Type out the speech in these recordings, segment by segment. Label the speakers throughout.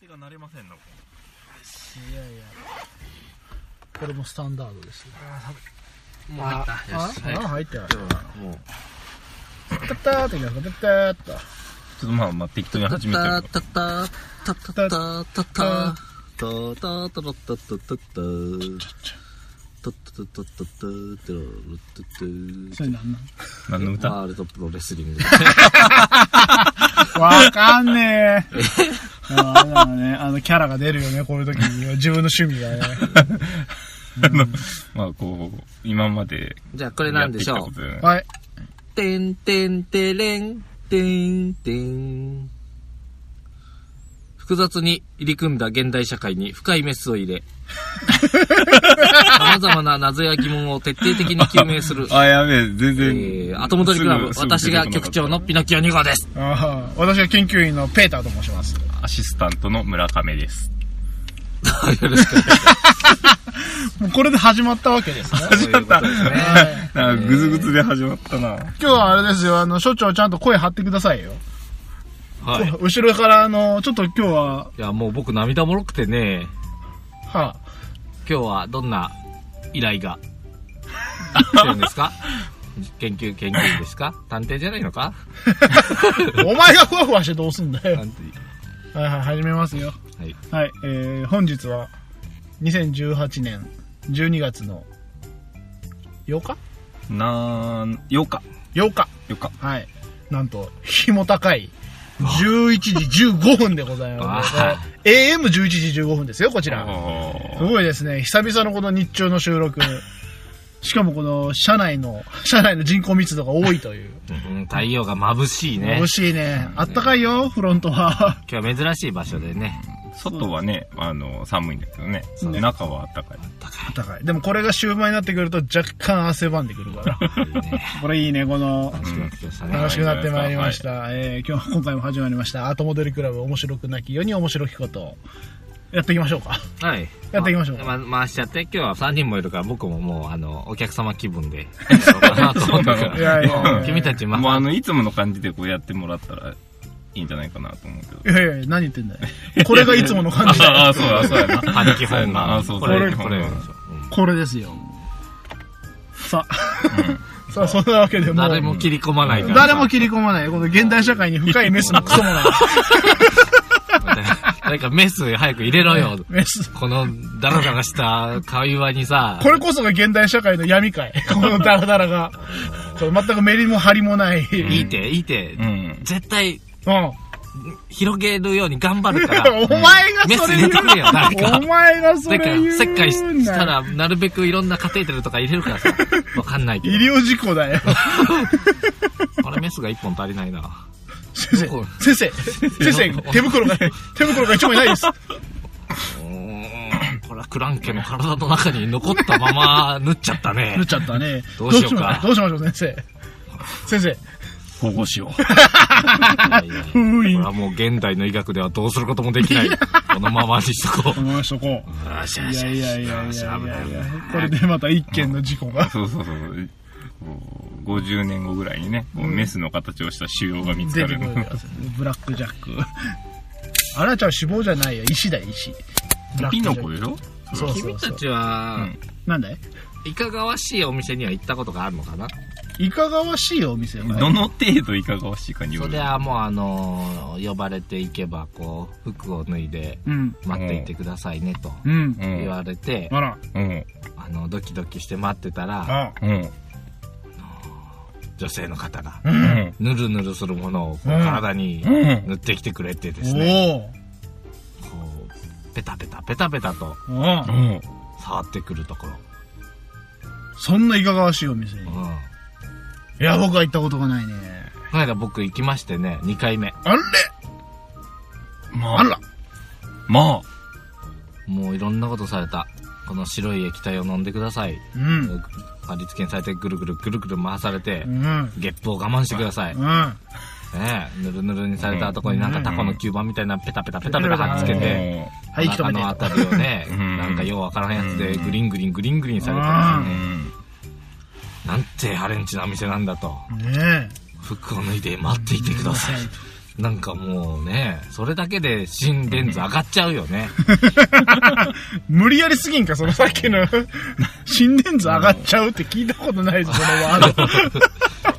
Speaker 1: 手が慣れませんの
Speaker 2: いやいやこれもスタンダードですよ
Speaker 1: もう入っ
Speaker 2: あ
Speaker 1: たよし
Speaker 2: ああ
Speaker 1: はい
Speaker 2: 入ったよ
Speaker 1: ではもう
Speaker 2: タッターっていきますかタッターっと
Speaker 1: ちょっとまあまあ適当に始めてる
Speaker 3: タタタタタタタタタタタタタタタタタタタタタ
Speaker 2: それなんなん
Speaker 1: 何の歌
Speaker 3: ワールドプロレスリング
Speaker 2: わかんねえ。ああれだね、あの、キャラが出るよね、こういう時に。自分の趣味がね。
Speaker 1: あのまあこう今まで
Speaker 3: じゃあこれ
Speaker 1: や
Speaker 3: な
Speaker 1: っ
Speaker 3: ん
Speaker 1: てき
Speaker 3: でしたょ
Speaker 1: こ
Speaker 3: う
Speaker 1: とで
Speaker 2: はい。
Speaker 3: てんてんてれんてんてん複雑に入り組んだ現代社会に深いメスを入れ様々な謎や疑問を徹底的に究明する
Speaker 1: あやべえ全然、
Speaker 3: えー、後戻りクラブ、
Speaker 1: すぐ
Speaker 3: 私が局長のピノキオ2号です。
Speaker 2: ああ私は研究員のペーターと申します。
Speaker 1: アシスタントの村上です
Speaker 3: よろしく。
Speaker 2: もうこれで始まったわけですね。
Speaker 1: 始まった、
Speaker 2: ね
Speaker 1: なんかグズグズで始まったな、
Speaker 2: 今日はあれですよ、あの、所長ちゃんと声張ってくださいよ。
Speaker 3: はい。い
Speaker 2: 後ろから、あの、ちょっと今日は、
Speaker 3: や、もう僕涙もろくてね、
Speaker 2: は
Speaker 3: 今日はどんな依頼が来てるんですか 研究、研究員ですか探偵じゃないのか
Speaker 2: あ、 お前がふわふわしてどうすんだよ。
Speaker 3: 探偵
Speaker 2: はいはい、始めますよ。
Speaker 3: はい。
Speaker 2: はい、えー、本日は、2018年12月の8日
Speaker 1: なー8日
Speaker 2: ?8 日。
Speaker 1: 8日
Speaker 2: はい。なんと、日も高い、11時15分でございます。
Speaker 3: わあ
Speaker 2: AM11 時15分ですよ、こちら。す
Speaker 1: あ
Speaker 2: ごいですね。久々のこの日中の収録。しかもこの、車内の、車内の人口密度が多いという。
Speaker 3: うん、太陽が眩しいね
Speaker 2: 欲。しいね。あったかいよ、フロントは。
Speaker 3: 今日は珍しい場所でね。
Speaker 1: ー外はねあの寒いんだけどね
Speaker 2: うね
Speaker 1: 中は暖かい
Speaker 2: あったかい。でもこれが終盤になってくると若干汗ばんでくるから。これいいね、この、
Speaker 3: 楽しくなってきましたね。
Speaker 2: 楽しくなってまいりました。えー今日、今回も始まりました。アートモデルクラブ面白くなき世に面白きことを。やっていきましょうか。
Speaker 3: はい。
Speaker 2: やっていきましょう
Speaker 3: ま、ま回しちゃって、今日は3人もいるから、僕ももう、あの、お客様気分で、やろうかなと思ったか
Speaker 1: そうなの
Speaker 2: いやいやい
Speaker 3: ら。
Speaker 2: や
Speaker 3: 君たち、ま
Speaker 1: もうあのいつもの感じでこうやってもらったらいいんじゃないかなと思うけど
Speaker 2: いやいや、何言ってんだよ。 これがいつもの感じ だよ。
Speaker 1: ああそうだそうやな
Speaker 3: パニキホーム
Speaker 1: あ
Speaker 3: な
Speaker 1: そう
Speaker 3: こ
Speaker 1: そう
Speaker 3: れ、
Speaker 1: パニキホ
Speaker 3: こ
Speaker 1: ーム
Speaker 3: れ、
Speaker 1: な
Speaker 2: これですよ。さあ、さあ、そんなわけでもう
Speaker 3: 誰も切り込まないから。
Speaker 2: 誰も切り込まない。この現代社会に深いメスもクソも ない。
Speaker 3: なんかメス早く入れろよ。
Speaker 2: メス。
Speaker 3: このダラダラした会話にさ、
Speaker 2: これこそが現代社会の闇かい。 このダラダラが。これ全くメリも張りもない。うん。
Speaker 3: いいて、いいて、
Speaker 1: うん
Speaker 3: 絶対
Speaker 2: お
Speaker 3: 広げるように頑張 るから。
Speaker 2: 前が
Speaker 3: メス
Speaker 2: それ
Speaker 3: 入れ
Speaker 2: 言
Speaker 3: てくれよ、誰か
Speaker 2: う。お。前がそ
Speaker 3: だ
Speaker 2: れ
Speaker 3: か
Speaker 2: 言う
Speaker 3: ら、
Speaker 2: な。
Speaker 3: 切開したら、なるべくいろんなカテーテルとか入れるか らさ、わかんないけ
Speaker 2: 医
Speaker 3: ど。
Speaker 2: 療事故だ よ。
Speaker 3: あれ、メスが一本足りないな。
Speaker 2: 先生
Speaker 3: どこ、
Speaker 2: 先生、先生、手袋が、手袋が一枚ない です。
Speaker 3: うーんこれはクランケの体の中に残ったまま 縫っちゃったね
Speaker 2: 縫っ。ちゃったね。
Speaker 3: どうしようか
Speaker 2: どうしましょう、どうしましょう先生。先生。
Speaker 1: 保護しよ
Speaker 3: いやいやこ
Speaker 2: 封
Speaker 3: れ
Speaker 2: 印。
Speaker 3: はもう現代の医学ではどうすることもできない。このままにしとこ
Speaker 2: このしとこう。
Speaker 3: う。よしよ
Speaker 2: い
Speaker 3: し
Speaker 2: や
Speaker 3: よ
Speaker 2: い
Speaker 3: し
Speaker 2: やいやいや
Speaker 3: よ
Speaker 2: い
Speaker 3: し
Speaker 2: や
Speaker 3: 危ない
Speaker 2: い
Speaker 3: 危な
Speaker 2: や
Speaker 3: い。
Speaker 2: これでまた一件の事故が
Speaker 1: うそうそうそうこう50年後ぐらいにね、こうメスの形をした腫瘍が見つか
Speaker 2: 出て
Speaker 1: る
Speaker 2: くるやつブラックジャックあらちゃん脂肪じゃないよ石だよ石ブラック
Speaker 1: ピ
Speaker 2: ジャ
Speaker 1: ノ
Speaker 2: ック
Speaker 1: コでしょ
Speaker 2: そうそうそう
Speaker 3: 君たちは、
Speaker 2: なんだい
Speaker 3: いかがわしいお店には行ったことがあるのかない
Speaker 2: かがわしいお店が
Speaker 1: どの程度いかがわしいかによ
Speaker 3: そ
Speaker 1: る
Speaker 3: りゃもうあのー呼ばれていけば、こう、服を脱いで
Speaker 2: うん
Speaker 3: 待っていてくださいねと
Speaker 2: うん
Speaker 1: う
Speaker 3: 言
Speaker 1: ん
Speaker 3: われて、
Speaker 2: あら
Speaker 1: うん
Speaker 3: あの、ドキドキして待ってたら、
Speaker 2: あ
Speaker 1: うん
Speaker 3: 女性の方が、
Speaker 1: うん
Speaker 3: ぬるぬるするものをこう
Speaker 2: うん
Speaker 3: 体に
Speaker 1: うん
Speaker 3: 塗ってきてくれてですね、
Speaker 2: お
Speaker 3: こう、ペタペタペタペタと
Speaker 2: おおお
Speaker 1: うん
Speaker 3: 触ってくるところ。
Speaker 2: そんないかがわしいお店に
Speaker 3: う
Speaker 2: い
Speaker 3: ん。こ
Speaker 2: や僕は行ったことがないね
Speaker 3: の間僕行きましてね、2回目。
Speaker 2: あれ
Speaker 1: まあ
Speaker 2: あら
Speaker 1: ま
Speaker 3: もういろんなことされた。この白い液体を飲んでください。
Speaker 2: うん
Speaker 3: 貼り付けにされてぐるぐるぐるぐる回されて
Speaker 2: う、ん
Speaker 3: ゲップを我慢してください。
Speaker 2: う
Speaker 3: ね
Speaker 2: ん
Speaker 3: え、ぬるぬるにされたとこになんかタコの吸盤みたいなペタペタペタペタ貼っつ
Speaker 1: あ
Speaker 3: け
Speaker 2: うん
Speaker 3: て、
Speaker 1: も
Speaker 2: はい一
Speaker 3: 中
Speaker 2: 目
Speaker 3: のあ
Speaker 2: で
Speaker 3: たりをね、
Speaker 1: うん
Speaker 3: なんかようわからへんやつでグリングリングリングリンされてま
Speaker 1: う
Speaker 2: う
Speaker 3: すね
Speaker 1: ん
Speaker 3: なんてハレンチなお店なんだと。
Speaker 2: ねえ
Speaker 3: 服を脱いで待っていてください。なんかもうね、それだけで心電図上がっちゃうよね。
Speaker 2: 無理やりすぎんか、そのさっきの、心電図上がっちゃうって聞いたことないぞ、そのワード。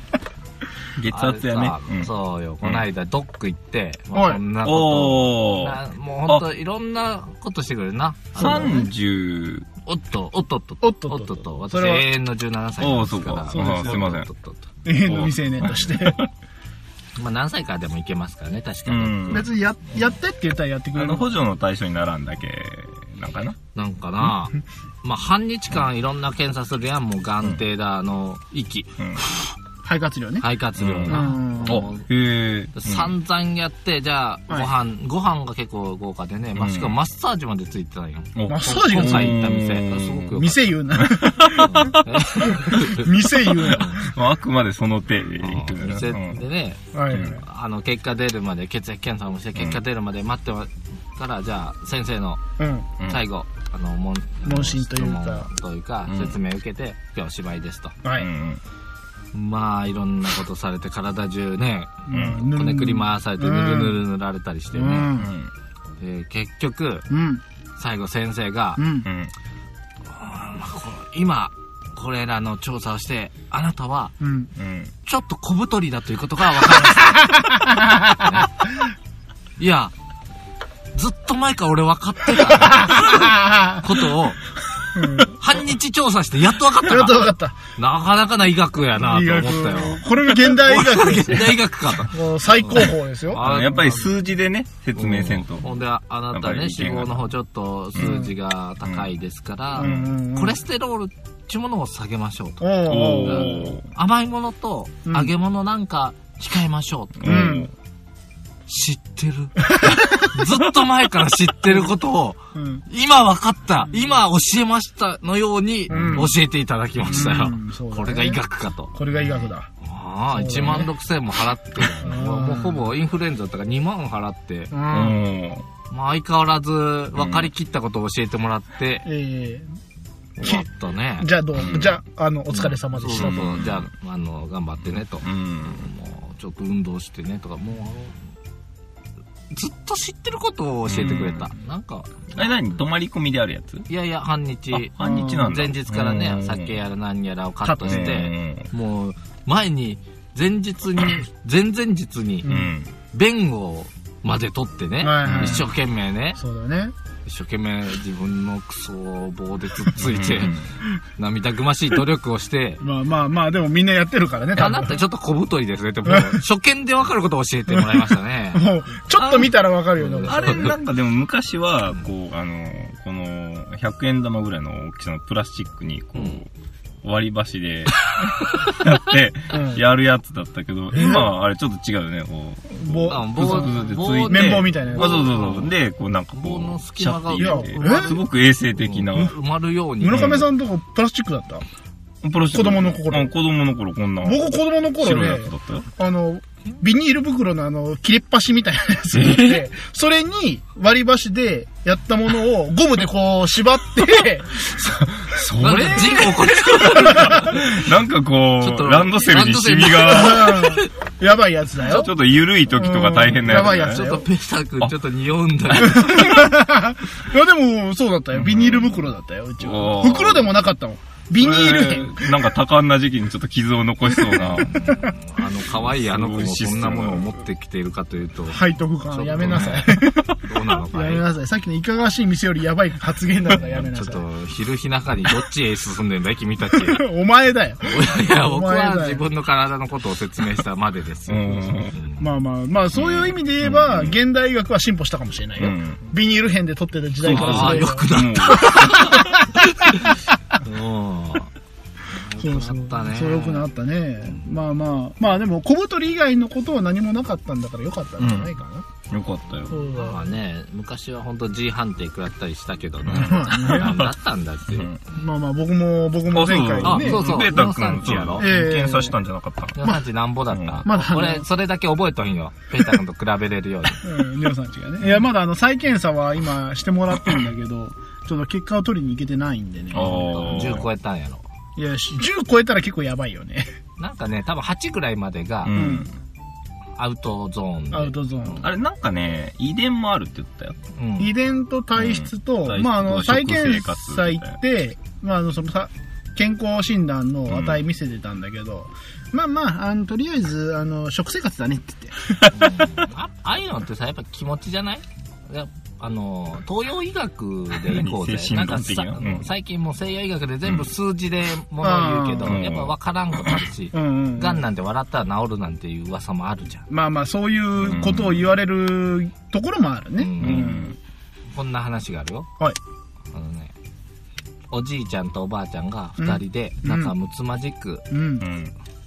Speaker 1: 月圧やね
Speaker 3: あれさ。
Speaker 1: うん
Speaker 3: そうよ、この間ドック行って、
Speaker 2: ん
Speaker 3: まあ
Speaker 2: はい
Speaker 3: こんなこと。
Speaker 1: おお。
Speaker 3: なもう本当いろんなことしてくれるな。あの
Speaker 1: 30、
Speaker 3: おっと、おっとっと、
Speaker 2: おっと
Speaker 3: お
Speaker 2: っとっ
Speaker 3: っと
Speaker 2: と
Speaker 3: っと、私
Speaker 2: それは
Speaker 3: 永遠の17歳なんですから。
Speaker 1: おう
Speaker 2: そうかそうです
Speaker 1: いません
Speaker 3: おっとっとっと
Speaker 2: 永遠の未成年と して。
Speaker 3: まあ何歳からでもいけますからね、確
Speaker 1: う
Speaker 3: かに。
Speaker 1: ん。
Speaker 2: 別にや、やってって言ったらやってく
Speaker 1: あ
Speaker 2: れる
Speaker 1: の、。補助の対象にならんだけ、なんかな。
Speaker 3: なんかな、まあ半日間いろんな検査するやん、もう眼底だ、あの、息、
Speaker 1: うん。
Speaker 2: 肺活量ね。
Speaker 3: 肺活量
Speaker 1: う
Speaker 3: な。
Speaker 2: ん
Speaker 1: お、へえ。
Speaker 3: 散々やって、じゃあ、ご
Speaker 2: はい
Speaker 3: 飯、ご飯が結構豪華でね、まあ、
Speaker 1: うん
Speaker 3: しかもマッサージまでついてたんよ。
Speaker 1: お
Speaker 2: マッサージが
Speaker 3: 今
Speaker 2: つい
Speaker 3: 回行った店、
Speaker 1: うん
Speaker 3: すごくよかっ
Speaker 2: 店言う な。
Speaker 3: た。
Speaker 2: 店言うな。
Speaker 1: まああくまでその手で行く
Speaker 3: うん
Speaker 1: んだ
Speaker 3: 店
Speaker 1: な。うん
Speaker 3: でね、
Speaker 2: はい。
Speaker 1: うん
Speaker 3: あの、結果出るまで、血液検査もして、結果出るまで待ってはから、じゃあ、先生の
Speaker 2: うん。
Speaker 1: うん
Speaker 3: 最後、あの、問
Speaker 2: 問診というか
Speaker 3: 質問というか
Speaker 1: うん
Speaker 3: 説明受けて、今日はお芝居ですと。
Speaker 2: はい。
Speaker 1: うん
Speaker 3: まあ、いろんなことされて、体中ね、
Speaker 1: ん
Speaker 2: うん
Speaker 3: こねくり回されて、ぬるぬ
Speaker 2: うん
Speaker 3: る塗られたりして
Speaker 2: う
Speaker 3: ね。
Speaker 1: うん
Speaker 2: ん。
Speaker 3: で結局、
Speaker 2: うん。
Speaker 3: 最後先生が
Speaker 2: う、ん
Speaker 1: う。ん
Speaker 3: 今これらの調査をしてあなたは
Speaker 2: うん。
Speaker 1: うん
Speaker 3: ちょっと小太りだということが分かりました、ねいやずっと前から俺分かってたことを半日調査してやっと分か
Speaker 2: ちょ
Speaker 3: っ
Speaker 2: っと
Speaker 3: た
Speaker 2: 分かった。
Speaker 3: ななかなかな医学やなと思ったよ
Speaker 2: これが現代医学です
Speaker 3: 現代医学か と
Speaker 2: もう最高峰ですよ。
Speaker 3: あ
Speaker 1: あのやっぱり数字でね、説明せんと。
Speaker 3: ほんでああなたね
Speaker 1: やっぱり意
Speaker 3: 脂
Speaker 1: 見が
Speaker 3: 肪の方ちょっと数字が高いですから、
Speaker 1: うん
Speaker 2: うん
Speaker 3: コレステロールっていうものを下げましょうと
Speaker 2: おー
Speaker 1: お
Speaker 2: おー
Speaker 1: ー
Speaker 3: 甘いものと揚げ物なんか控えましょうと
Speaker 1: うんん。
Speaker 3: 知ってる。ずっと前から知ってることを、
Speaker 2: うん。
Speaker 3: 今分かった、今教えましたのように
Speaker 2: うん
Speaker 3: 教えていただきましたよ。
Speaker 2: うんそうだね
Speaker 3: これが医学かと。
Speaker 2: これが医学だ。
Speaker 3: ああ、
Speaker 2: そ
Speaker 3: 1
Speaker 2: うだ
Speaker 3: 万
Speaker 2: ね
Speaker 3: 6000円も払ってるよね、
Speaker 2: うん
Speaker 3: もうもうほぼインフルエンザだったから2万払って、
Speaker 2: う
Speaker 1: お
Speaker 2: ん。
Speaker 1: ー
Speaker 3: まあ相変わらず分かりきったことを教えてもらって、
Speaker 2: え
Speaker 3: 終わったね
Speaker 2: え。じゃあどう
Speaker 1: うん
Speaker 2: じゃあ、あの、お疲れ様でし
Speaker 3: そ
Speaker 2: た
Speaker 3: う
Speaker 2: と。
Speaker 3: そうそうじゃあ、あの、頑張ってねと。
Speaker 1: うん。
Speaker 3: もうちょっと運動してねとかもうあのずっと知ってることを教えてくれた、なんか
Speaker 1: あれ何泊まり込みであるやつ
Speaker 3: いやいや半
Speaker 1: あ
Speaker 3: 日
Speaker 1: 半日なんだ。
Speaker 3: 前日から
Speaker 1: う
Speaker 3: ね
Speaker 1: ん
Speaker 3: 酒やら何やらをカッ
Speaker 2: カ
Speaker 3: ト
Speaker 2: ット
Speaker 3: し
Speaker 2: ね
Speaker 3: て、もう前に前日に前々日に
Speaker 1: うん。うん
Speaker 3: 便をまで取ってね、
Speaker 2: はいはい
Speaker 3: 一生懸命ね
Speaker 2: そうだね。
Speaker 3: 一生懸命自分のクソを棒でつっついて
Speaker 1: うん
Speaker 3: 涙ぐましい努力 をして
Speaker 2: まあまあまあ、でもみんなやってるからね、
Speaker 3: あ
Speaker 2: 多
Speaker 3: な
Speaker 2: 分。
Speaker 3: たちょっと小太りですねっ てもう初見で分かることを教えてもらいましたね
Speaker 2: もう、ちょっと見たらわかるよう
Speaker 3: うん
Speaker 2: な。
Speaker 1: あれ、なんかでも昔は、こう、あの、この、100円玉ぐらいの大きさのプラスチックに、こ
Speaker 3: うん
Speaker 1: う、割り箸で、 やって、
Speaker 2: うん
Speaker 1: やるやつだったけど、今はあれちょっと違うよね、こう。
Speaker 2: 棒
Speaker 3: あ
Speaker 1: ブ
Speaker 3: 棒
Speaker 1: ツブツってつい
Speaker 3: 棒
Speaker 1: て。
Speaker 2: 綿棒みたいなや
Speaker 1: あ、
Speaker 2: つ
Speaker 1: そうそうそう。で、こうなんか
Speaker 3: 棒
Speaker 1: こ
Speaker 3: の
Speaker 1: う、
Speaker 3: 隙
Speaker 1: シャ
Speaker 3: 間
Speaker 1: ッ
Speaker 3: が
Speaker 1: て入
Speaker 2: いや
Speaker 1: れて、すごく衛生的な。
Speaker 3: 埋まるように
Speaker 2: 村上さんとこプラスチックだった。
Speaker 1: プロシュート
Speaker 2: 子供の頃
Speaker 1: うん子供の頃こんな。
Speaker 2: 僕子供の頃
Speaker 1: 白いや
Speaker 2: ね
Speaker 1: つ、だったよ。
Speaker 2: あの、ビニール袋のあの、切れっ端みたいなやつがあって、それに割り箸でやったものをゴムでこう縛って、
Speaker 1: そ
Speaker 3: なん
Speaker 1: れ
Speaker 3: か事故起こりそうだ
Speaker 1: なんかこ
Speaker 3: ちょっと
Speaker 1: う、ランドセルにシミが、
Speaker 2: うんやばいやつだよ
Speaker 1: ち。ょっと緩い時とか大変なやつだね。
Speaker 2: うんやばいやつ
Speaker 3: ちょっ
Speaker 2: だ
Speaker 3: と
Speaker 2: よ
Speaker 3: ペサ君ちょっと匂うんだけど
Speaker 2: いやでも、そうだったよ。ビニール袋だったよ、うちは。
Speaker 1: おー
Speaker 2: 袋でもなかったもん。ビニール片。
Speaker 1: えーなんか多感な時期にちょっと傷を残しそう な。
Speaker 3: あの可愛いあの子もそんなものを持ってきているかというと
Speaker 2: 背徳
Speaker 3: ちょっと
Speaker 2: 感、
Speaker 3: ね
Speaker 2: やめなさい。
Speaker 3: どうなの
Speaker 2: や
Speaker 3: かい
Speaker 2: めなさい。さっきのいかがわしい店よりやばい発言だからやめな
Speaker 3: ちょ
Speaker 2: さ
Speaker 3: っ
Speaker 2: い。
Speaker 3: と昼日中にどっちへ進んでんだい 君たち
Speaker 2: お前だよ。
Speaker 3: いや僕
Speaker 2: お前
Speaker 3: は
Speaker 2: だよ
Speaker 3: 自分の体のことを説明したまでですよ
Speaker 1: う
Speaker 3: うんん
Speaker 2: まあまあ、まあそういう意味で言えば、
Speaker 1: うん
Speaker 2: 現代医学は進歩したかもしれないよ。
Speaker 1: うん
Speaker 2: ビニール片で取ってた時代から
Speaker 3: ああ
Speaker 2: すれ
Speaker 3: よ
Speaker 2: ば
Speaker 3: くな
Speaker 1: もう
Speaker 3: うん
Speaker 2: そう
Speaker 3: よくなったね
Speaker 2: そうよくなったね。まあまあ、まあでも小太り以外のことは何もなかったんだからよかったんじゃないかな。
Speaker 1: よかったよ。
Speaker 2: そう
Speaker 3: ま
Speaker 2: だ
Speaker 3: あね昔は本当 G 判定食らったりしたけどね
Speaker 2: まあね
Speaker 3: 何だったんだっていう
Speaker 2: まあまあ僕も、僕も前
Speaker 3: あ
Speaker 2: 回ね
Speaker 3: そう、そう
Speaker 1: ベータ
Speaker 3: 農産
Speaker 1: 君、
Speaker 3: 地
Speaker 1: そう
Speaker 3: や
Speaker 1: だ
Speaker 3: ろ
Speaker 1: ろ、
Speaker 2: ええ
Speaker 1: 検査したんじゃなかった
Speaker 3: でもさっきなんぼだった、
Speaker 2: まだ
Speaker 3: 俺それだけ覚えとんよペータ君と比べれ るように
Speaker 2: うん、りょうさんちがね。いや、まだあの、再検査は今してもらってるんだけど、ちょっと結果を取りに行けてないんでね。
Speaker 1: あ
Speaker 3: 10
Speaker 1: ー
Speaker 3: 超えたんやろ
Speaker 2: いや、し10超えたら結構やばいよね。
Speaker 3: なんかね多分8ぐらいまでが、
Speaker 1: うん。
Speaker 3: アウトゾーンで。
Speaker 2: アウトゾーン。
Speaker 1: あれ、なんかね、遺伝もあるって言ったよ。
Speaker 3: うん
Speaker 2: 遺伝と体質と、
Speaker 1: うん
Speaker 2: まあ、あの、
Speaker 1: 体
Speaker 2: 再
Speaker 1: 質と食
Speaker 2: 検
Speaker 1: 生活
Speaker 2: 査行って、まあ、あの、そのさ、健康診断の値見せてたんだけど、まあまあ、あの、とりあえず、あの、食生活だねって言って。
Speaker 3: あああいうのってさやっぱ気持ちじゃないやあの東洋医学で行こ うぜ
Speaker 1: 精神
Speaker 3: なん
Speaker 1: 論
Speaker 3: か
Speaker 1: 的
Speaker 3: さ
Speaker 1: な
Speaker 3: あ
Speaker 1: う
Speaker 3: の
Speaker 1: ん
Speaker 3: 最近もう西洋医学で全部数字でものを言うけど、
Speaker 1: うん
Speaker 3: やっぱ分からんことあるし、
Speaker 2: うんうん、うん。
Speaker 3: がんなんて笑ったら治るなんていう噂もあるじゃん、
Speaker 2: まあまあ、そういうことを言われるところもあるね。
Speaker 3: うん
Speaker 1: う
Speaker 2: うんん。
Speaker 3: こんな話があるよ
Speaker 2: はい。
Speaker 3: あのねおじいちゃんとおばあちゃんが2人で
Speaker 2: うん
Speaker 3: 仲睦まじく
Speaker 2: うん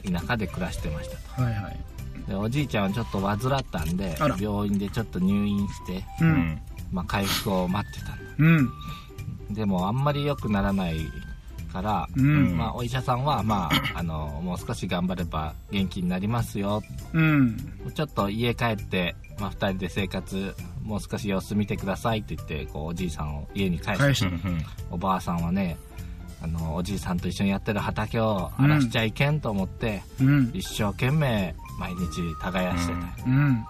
Speaker 1: う。ん。
Speaker 3: 田舎で暮らしてました
Speaker 2: はいはい。
Speaker 3: でおじいちゃんはちょっと患ったんで
Speaker 2: あら
Speaker 3: 病院でちょっと入院して、
Speaker 1: う
Speaker 2: う。
Speaker 1: んん。
Speaker 3: まあ、回復を待ってたんだ
Speaker 2: うん。
Speaker 3: でもあんまり良くならないから、
Speaker 2: うん。うん。
Speaker 3: まあ、お医者さんは、まあ、あ のもう少し頑張れば元気になりますよちょっと家帰って、まあ、2人で生活もう少し様子見てくださいって言ってこうおじいさんを家に帰して、
Speaker 2: 返
Speaker 1: う
Speaker 2: し
Speaker 1: ん
Speaker 2: て。
Speaker 3: おばあさんはねあのおじいさんと一緒にやってる畑を荒らしちゃいけんと思って、
Speaker 2: うん。
Speaker 3: 一生懸命毎日耕して
Speaker 2: う
Speaker 3: た、
Speaker 2: ん。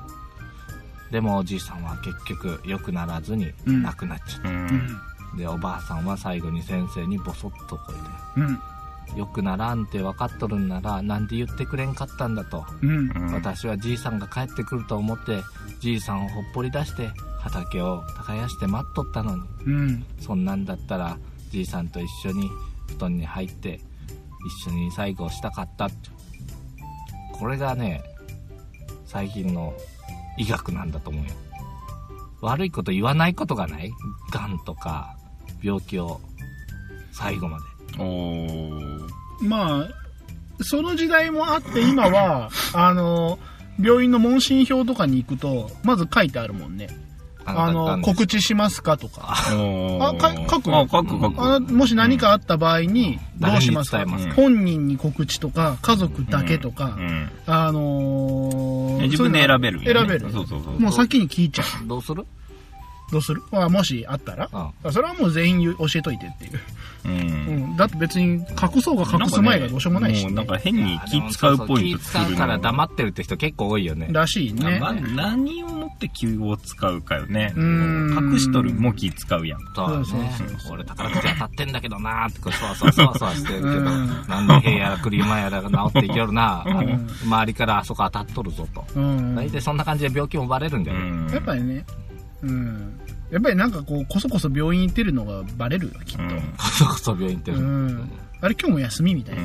Speaker 3: でもおじいさんは結局良くならずに
Speaker 2: うん
Speaker 3: 亡くなっちゃっ
Speaker 1: うん
Speaker 2: う。ん。
Speaker 3: た、でおばあさんは最後に先生にボソッとこれで
Speaker 2: うん。
Speaker 3: よくならんって分かっとるんならなんで言ってくれんかったんだと、
Speaker 2: うん。
Speaker 1: うん
Speaker 3: 私はじいさんが帰ってくると思ってじいさんをほっぽり出して畑を耕して待っとったのに
Speaker 2: うん。
Speaker 3: そんなんだったらじいさんと一緒に布団に入って一緒に最後をしたかったってこれがね最近の医学なんだと思うよ悪いこと言わないことがないがんとか病気を最後まで
Speaker 1: おー。
Speaker 2: まあ、その時代もあって、今 は、あの、病院の問診票とかに行くと、まず書いてあるもんね。あ
Speaker 3: が
Speaker 2: の、
Speaker 3: んです
Speaker 2: 告知しますかとか。
Speaker 1: おー
Speaker 2: あか書く
Speaker 1: あ、書く書く。
Speaker 2: あのもし何かあった場合に、どうしますか
Speaker 3: 誰に伝え
Speaker 1: ますか
Speaker 2: 本人に告知とか、家族だけと
Speaker 1: う
Speaker 2: か、
Speaker 1: ん。
Speaker 2: あのー
Speaker 1: 自分で選べるん
Speaker 2: そうい
Speaker 1: や
Speaker 2: う
Speaker 1: ね。
Speaker 2: の選べる。
Speaker 1: そうそうそう。
Speaker 2: もう先に聞いちゃう。
Speaker 3: どうする
Speaker 2: どうするあもしあったら
Speaker 3: うん
Speaker 2: あそれはもう全員言う教えといてっていう。
Speaker 1: う。
Speaker 2: うんん。だって別に隠そうが隠す前がどうしようもないし
Speaker 1: う
Speaker 2: ね、
Speaker 1: なんか変に気使うポイント
Speaker 3: 気使うから黙ってるって人結構多いよね
Speaker 2: らしいね。
Speaker 1: まあ、何をもって気を使うかよね。
Speaker 2: うーん
Speaker 1: 隠しとるも気使うやん。
Speaker 3: そう
Speaker 2: そう
Speaker 3: ね
Speaker 2: そうそう
Speaker 3: 俺宝くじ当たってんだけどなーってこうそわ そわそわそわしてるけど
Speaker 2: うん
Speaker 3: なんで部やら車やらが治っていけるなあ
Speaker 2: う
Speaker 3: の
Speaker 2: ん
Speaker 3: 周りからあそこ当たっとるぞと
Speaker 2: うん。
Speaker 3: 大体そんな感じで病気もバレるんだ
Speaker 1: う
Speaker 3: よね
Speaker 1: ん。
Speaker 2: やっぱりね、うん。やっぱりなんかこう、こそこそ病院行ってるのがバレるよ、きっ
Speaker 1: う
Speaker 2: と。
Speaker 1: ん
Speaker 3: こそこそ病院行って
Speaker 2: う
Speaker 3: る
Speaker 2: ん。あれ今日も休みみたいな。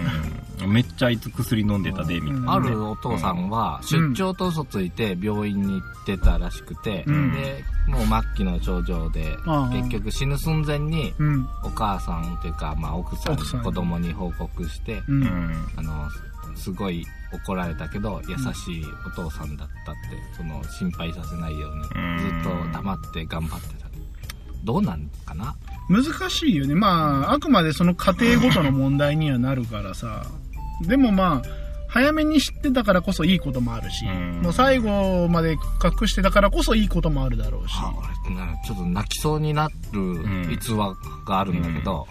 Speaker 1: うんめっちゃあいつ薬飲んでたで、みたいな。
Speaker 3: あるお父さんは出張と嘘ついて病院に行ってたらしくてで
Speaker 2: うん
Speaker 3: もう末期の症状で
Speaker 2: ああ
Speaker 3: 結局死ぬ寸前に
Speaker 2: うん。
Speaker 3: お母さんというかまあ奥さん
Speaker 2: 奥さん
Speaker 3: 子供に報告して
Speaker 2: う。
Speaker 1: うんん。
Speaker 3: あのすごい怒られたけど優しいお父さんだったって、その心配させないようにず
Speaker 1: ん
Speaker 3: っと黙って頑張ってたどうなんかな
Speaker 2: 難しいよね。まあ、あくまでその家庭ごとの問題にはなるからさ。でもまあ、早めに知ってたからこそいいこともあるし、
Speaker 1: うん
Speaker 2: もう最後まで隠してたからこそいいこともあるだろうし。
Speaker 3: あ俺なちょっと泣きそうにな
Speaker 1: ん
Speaker 3: る逸話があるんだけど、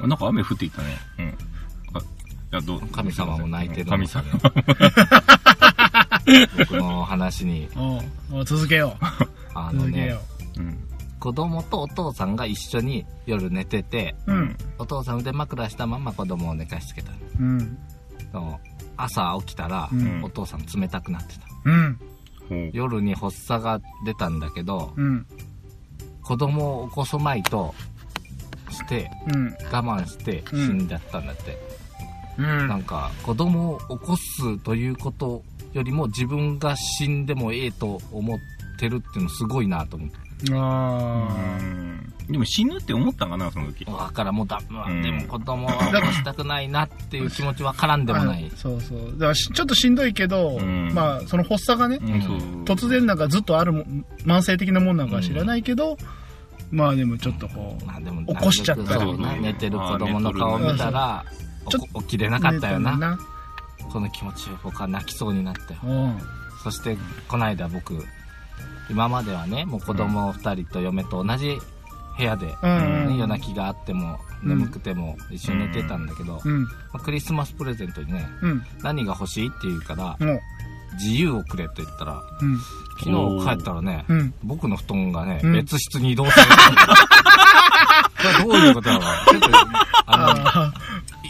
Speaker 1: あなんか雨降ってきたね。うん。あいや、どう
Speaker 3: 神様も泣いてるん
Speaker 1: 神
Speaker 3: ですよ
Speaker 1: 様
Speaker 3: ね。僕の話に
Speaker 2: おうおう続けよう。
Speaker 3: あの
Speaker 2: 続けよ
Speaker 3: ね
Speaker 1: うん。
Speaker 3: 子供とお父さんが一緒に夜寝てて
Speaker 2: う。うん。
Speaker 3: お父さん腕枕したまま子供を寝かしつけた
Speaker 2: うん。
Speaker 3: の朝起きたら、
Speaker 2: うん
Speaker 3: お父さん冷たくなってた
Speaker 2: うん。
Speaker 1: ほう。
Speaker 3: 夜に発作が出たんだけど、
Speaker 2: うん。
Speaker 3: 子供を起こすまいとして
Speaker 2: うん。
Speaker 3: 我慢して死んじゃったんだって、
Speaker 2: うん
Speaker 3: なんか子供を起こすということよりも自分が死んでもええと思ってるっていうのすごいなと思って
Speaker 2: あ
Speaker 1: うんでも死ぬって思ったんかな、その時。
Speaker 3: だからもうだ、まあ
Speaker 1: うん
Speaker 3: でも子供を起こしたくないなっていう気持ちは絡ん
Speaker 2: あ
Speaker 3: でもない
Speaker 2: あそうそうだからしちょっとしんどいけど、
Speaker 1: うん
Speaker 2: まあその発作がね、
Speaker 1: うん、そう。
Speaker 2: 突然なんかずっとあるも慢性的なもんなんかは知らないけど、まあでもちょっとこう、
Speaker 3: まあでも
Speaker 2: 起こしちゃった
Speaker 3: そう
Speaker 1: ってことね
Speaker 3: 寝てる子供の顔を見たら
Speaker 2: 寝とる
Speaker 3: おこ起きれなかったよな
Speaker 2: 寝て
Speaker 3: この気持ち僕は泣きそうになったよ
Speaker 2: たな
Speaker 3: そしてこの間僕今まではねもう子供2人と嫁と同じ部屋で、ね
Speaker 2: うんうんうん
Speaker 3: 夜泣きがあっても
Speaker 2: うん
Speaker 3: 眠くても一緒に寝てたんだけど、
Speaker 2: うん
Speaker 3: まあクリスマスプレゼントにね
Speaker 2: うん
Speaker 3: 何が欲しいって言うから
Speaker 2: うんも
Speaker 3: 自由をくれと言ったら、
Speaker 2: うん。
Speaker 3: 昨日帰ったらね、
Speaker 2: うん。
Speaker 3: 僕の布団がね、
Speaker 2: うん
Speaker 3: 別室に移動されてる。これどういうことだろうちょっとあ
Speaker 2: あ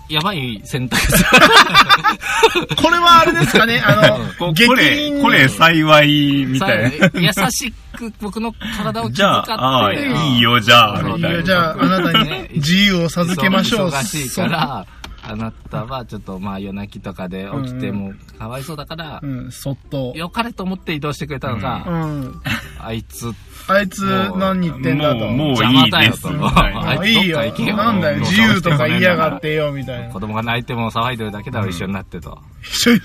Speaker 3: の、やばい選択肢。
Speaker 2: ー これはあれですかね、 あの、
Speaker 1: こ
Speaker 2: 激
Speaker 1: こ
Speaker 2: 人
Speaker 1: れ、
Speaker 2: に
Speaker 1: これ幸いみたいな。
Speaker 3: さ優しく僕の体を気
Speaker 1: じ
Speaker 3: 遣
Speaker 1: ゃ
Speaker 3: っ
Speaker 1: あ、ああ、
Speaker 3: て。
Speaker 1: いいよ、じゃあ、
Speaker 3: そ
Speaker 1: み
Speaker 3: う
Speaker 2: いい
Speaker 1: たい
Speaker 2: よ
Speaker 1: な。
Speaker 2: じゃあ、あなたに
Speaker 3: ね
Speaker 2: 自由を授けましょう。
Speaker 3: 忙しいから、あなたはちょっとまあ夜泣きとかで起きてもかわいそうだから
Speaker 2: そ、うん、そっと。
Speaker 3: 良かれと思って移動してくれたの
Speaker 2: う
Speaker 3: が、
Speaker 2: ん。
Speaker 3: あいつ、
Speaker 2: あいつ、何言ってんだと。
Speaker 1: もう、もう
Speaker 3: 邪
Speaker 1: い
Speaker 3: 魔
Speaker 1: い
Speaker 3: だよ
Speaker 1: です、
Speaker 3: と
Speaker 1: みたいな。
Speaker 2: あいいよ
Speaker 3: どっか行け。よ
Speaker 2: なんだよ、
Speaker 3: もう
Speaker 2: 自由とか言いやがってよ、みたいな
Speaker 3: 子。供が泣いても騒いでるだけだろ、一緒になってと。
Speaker 2: 一緒に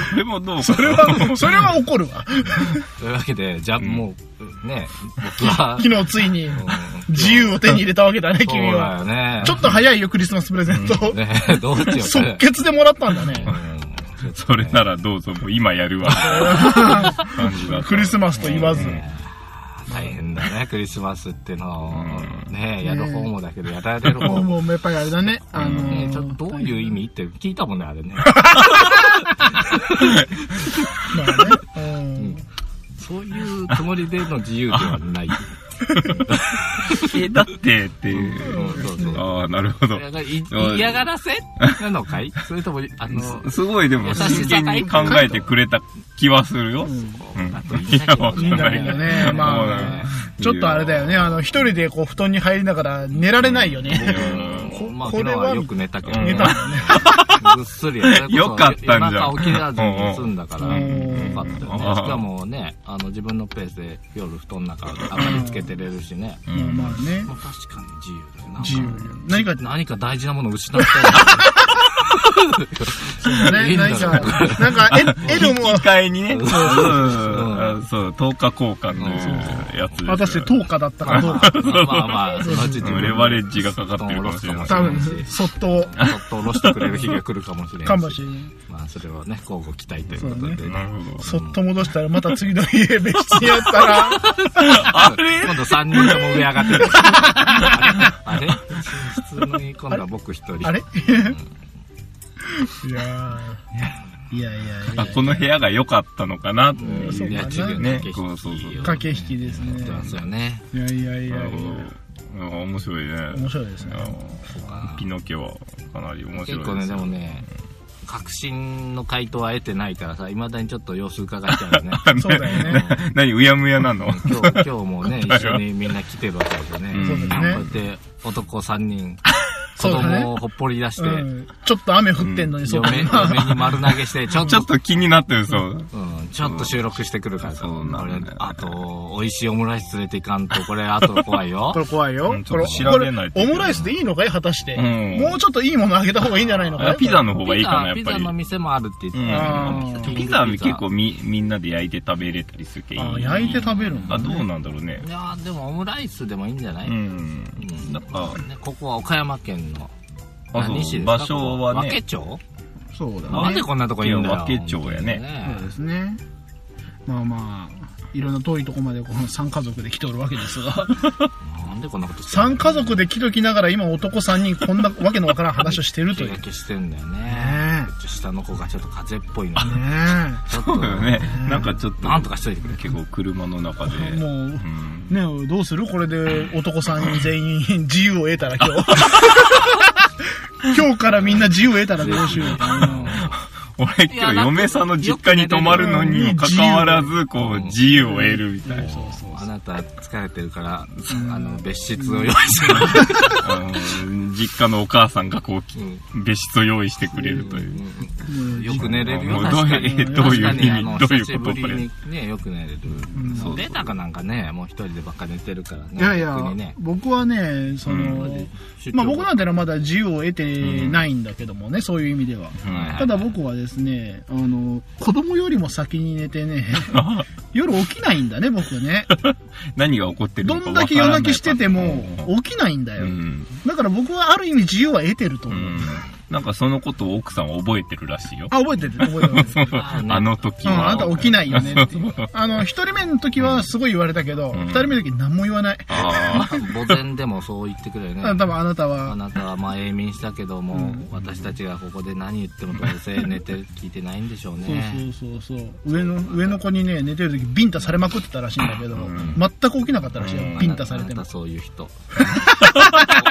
Speaker 1: それもどうか
Speaker 2: それは、それは怒るわ。
Speaker 3: というわけで、じゃあもう、ね、僕は、
Speaker 2: 昨日ついに、
Speaker 3: うん
Speaker 2: 自由を手に入れたわけだね、
Speaker 3: そうだ
Speaker 2: 君は。
Speaker 3: よね。
Speaker 2: ちょっと早いよ、クリスマスプレゼント。
Speaker 3: ね、 どうしようか
Speaker 2: 即
Speaker 3: ね。
Speaker 2: 決でもらったんだね。
Speaker 3: うん
Speaker 1: それならどうぞ、もう今やるわ。感じだった。
Speaker 2: クリスマスと言わず。
Speaker 3: ね大変だね、クリスマスってのを
Speaker 1: う、
Speaker 3: ね、やる方もだけど、やられる方も。
Speaker 2: もう、やっぱりあれだね。あの
Speaker 3: ね、ちょっ
Speaker 2: ー、
Speaker 3: とどういう意味って聞いたもんね、あれね。
Speaker 2: まあね。うん
Speaker 3: そういうつもりでの自由ではない。
Speaker 1: えだって、っていうう。
Speaker 3: んそうそう
Speaker 1: ああ、なる ほど。
Speaker 3: だからい嫌がらせなのかいそれとも、あの、
Speaker 1: すすごいでも真剣に考えてくれた気はするよ。うん
Speaker 3: あといいんだけど
Speaker 1: いやわかんない
Speaker 2: いいんだけ どねまあ
Speaker 1: ね
Speaker 2: ちょっとあれだよね。あの、一人でこう、布団に入りながら寝られないよね。
Speaker 3: うんまあ、
Speaker 2: こ
Speaker 3: 昨
Speaker 2: れ
Speaker 3: 日
Speaker 2: は
Speaker 3: はよく寝たけど、
Speaker 1: うん
Speaker 2: 寝たんだね。
Speaker 3: ぐっすり。それこそ
Speaker 1: よかったんじゃん
Speaker 3: 夜中起きらずに済んだから、
Speaker 2: うん
Speaker 3: よか
Speaker 1: う
Speaker 3: ったよ
Speaker 1: ん
Speaker 3: ね。しかもね、あの、自分のペースで夜布団の中で明かりつけてれるしね。
Speaker 1: う
Speaker 2: まあ
Speaker 1: ん
Speaker 2: まあね。
Speaker 3: まあ、確かに自由だよな。
Speaker 2: 自由。何か、
Speaker 3: 何か大事なものを失ったい
Speaker 2: ね、
Speaker 3: いんだ
Speaker 2: 何
Speaker 3: ろう
Speaker 2: か、なんか、え、エルも、
Speaker 1: 引き換えにね。 うん
Speaker 3: うん
Speaker 1: あそう、10日交換のやつですよ。
Speaker 2: 果たして10日だった
Speaker 3: ら
Speaker 2: かどうか。
Speaker 3: まあまあまあ、そのうち
Speaker 1: うんレバレッジがかかってるかもしれない。
Speaker 2: 多分、そっと、
Speaker 3: ちょっと下ろしてくれる日が来るかもしれん
Speaker 2: かもしれない。
Speaker 3: まあ、それはね、交互期待ということで。
Speaker 1: なるほど。
Speaker 2: そっと戻したら、また次の家別にやったら、
Speaker 1: あれ
Speaker 3: 今度3人とも上上がってる。あれ普通に今度は僕一人。
Speaker 2: あれいやーいやいやいや
Speaker 1: あこの部屋が良かったのかなって
Speaker 3: うん
Speaker 1: いう
Speaker 2: そう
Speaker 3: い
Speaker 2: か
Speaker 3: や、
Speaker 2: な
Speaker 3: 授業
Speaker 1: ね
Speaker 3: ね。
Speaker 1: そうそうそう
Speaker 2: 駆け引きですね。
Speaker 3: そうですよね。
Speaker 2: いやいやい
Speaker 1: な
Speaker 2: や
Speaker 1: る
Speaker 2: い
Speaker 1: ほど
Speaker 2: や。
Speaker 1: なんか面白いね。
Speaker 2: 面白いですね
Speaker 1: あ。のピノキオはかなり面白い
Speaker 3: 結構ね、でもね、確信の回答は得てないからさ、未だにちょっと様子伺っちゃうよね。
Speaker 2: そう だよね。
Speaker 1: 何、うやむやな の
Speaker 3: 今日、今日もね、一緒にみんな来てるわけでね。
Speaker 1: うん
Speaker 2: そうだ
Speaker 3: こうや
Speaker 2: ね
Speaker 3: っ。て男3人、 子
Speaker 2: そうだね
Speaker 3: 供をほっぽり出して、
Speaker 2: うんちょっと雨降ってんのに、そうだ
Speaker 3: 嫁
Speaker 2: ね。
Speaker 3: 嫁に丸投 げして、ちょっ
Speaker 1: ちょ
Speaker 3: と
Speaker 1: っ、と気になってるそう。
Speaker 3: うん、ちょっと収録してくるからさ、
Speaker 1: そうな
Speaker 3: こ
Speaker 1: んだよ
Speaker 3: れ
Speaker 1: ね
Speaker 3: あと、美味しいオムライス連れていかんと、これ、あと怖いよ
Speaker 2: こ。れ怖いよ
Speaker 1: うん。ち
Speaker 2: こ
Speaker 1: ょっ
Speaker 2: れ、
Speaker 1: と調べないと
Speaker 2: これオムライスでいいのかい果たして。
Speaker 1: うん
Speaker 2: もうちょっといいものあげた方がいいんじゃないのか
Speaker 1: あ
Speaker 2: い
Speaker 1: ピザの方がい
Speaker 3: ピ
Speaker 1: いかな、
Speaker 3: ザ
Speaker 1: やっ
Speaker 3: ピ
Speaker 1: ぱ
Speaker 3: ザ
Speaker 1: り
Speaker 3: の。店もあるって言って
Speaker 2: うん
Speaker 3: たよね
Speaker 1: ピザは結構みみんなで焼いて食べれたりするけ
Speaker 2: あ焼いて食べるんだ
Speaker 1: あ、どうなんだろうね
Speaker 3: い。やーでもオムライスでもいいんじゃない、
Speaker 1: う
Speaker 3: ね、
Speaker 1: ん。なんか、
Speaker 3: ここは岡山県の
Speaker 1: あ
Speaker 3: 何
Speaker 1: そ
Speaker 3: 市で
Speaker 1: う、
Speaker 3: すか
Speaker 1: 場所は
Speaker 3: 和気
Speaker 1: ね、
Speaker 3: 町
Speaker 2: そうだね。
Speaker 3: なんでこんなとこいるんだよ
Speaker 1: いや和気町やね
Speaker 2: そうですね。まあまあ、いろんな遠いとこまでこの3家族で来ておるわけですが。
Speaker 3: なんでこんなことしてん
Speaker 2: 3家族で来ときながら今男3人こんなわけのわからん話をしてると
Speaker 3: 気
Speaker 2: いう。
Speaker 3: が
Speaker 2: ね
Speaker 3: 気してんだよね
Speaker 2: ね
Speaker 3: ちょっと下の子がちょっと風邪っぽいので
Speaker 2: え。
Speaker 3: ちょ
Speaker 1: そ
Speaker 3: っと
Speaker 1: うだよね。なんかちょっと、
Speaker 3: なんとかしといてくれ
Speaker 1: 結構車の中で。
Speaker 2: もう
Speaker 1: うん
Speaker 2: ねえ、どうするこれで男3人全員自由を得たら今 日。今日からみんな自由を得たらどうしよう。
Speaker 1: 俺
Speaker 3: い
Speaker 1: 今日
Speaker 3: やだって
Speaker 1: 嫁さんの実家に泊まるのにもかかわらず、こう、自由を得るみたいな。
Speaker 3: あなた疲れてるから、あの別室を用意して
Speaker 1: あの実家のお母さんがこうき、別室を用意してくれるという。
Speaker 3: るよく寝れるよ
Speaker 1: もう
Speaker 3: 確
Speaker 1: ど
Speaker 3: か
Speaker 1: うい
Speaker 3: に
Speaker 1: うどういう
Speaker 3: 確かに
Speaker 1: 意味
Speaker 3: あの
Speaker 1: どういうこと
Speaker 3: 久しぶりにねよく寝れるそう出たかなんかねもう一人でばっか寝てるからね
Speaker 2: いやいや
Speaker 3: 逆にね、
Speaker 2: 僕はね、その、
Speaker 3: 出張
Speaker 2: まあ僕なんてのはまだ自由を得てないんだけどもね、そういう意味では。
Speaker 1: うん
Speaker 2: ただ僕はですね、あの、子供よりも先に寝てね、 夜起きないんだね、僕ね。
Speaker 1: 何が起こってる
Speaker 2: ど
Speaker 1: のか
Speaker 2: ん
Speaker 1: わからな
Speaker 2: だ
Speaker 1: い。
Speaker 2: け夜泣きしてても
Speaker 1: うん
Speaker 2: 起きないんだ
Speaker 1: う
Speaker 2: よ。
Speaker 1: ん。
Speaker 2: だから僕はある意味自由は得てると
Speaker 1: う
Speaker 2: 思う。
Speaker 1: んなんかそのことを奥さんは覚えてるらしいよ。
Speaker 2: あ、覚えてる、覚えてます。 うん、
Speaker 3: あ
Speaker 1: あの時は。
Speaker 2: あなた起きないよねって いう。あの、一人目の時はすごい言われたけど、
Speaker 1: うん
Speaker 2: 二人目の時何も言わない。
Speaker 1: あ
Speaker 3: 墓前でもそう言ってくれるね
Speaker 2: あ多分あなた
Speaker 3: あ
Speaker 2: は、
Speaker 3: なたはまあ永眠したけども、
Speaker 2: うん
Speaker 3: 私たちがここで何言ってもどうせ寝て聞いてないんでしょう
Speaker 2: そう
Speaker 3: ね
Speaker 2: そうそうそう。上の、上の子にね、寝てる時ビンタされまくってたらしいんだけど、
Speaker 1: うん
Speaker 2: 全く起きなかったらしいよ
Speaker 1: うん。
Speaker 2: ビンタされて
Speaker 3: あな
Speaker 2: も
Speaker 3: た。そういう人お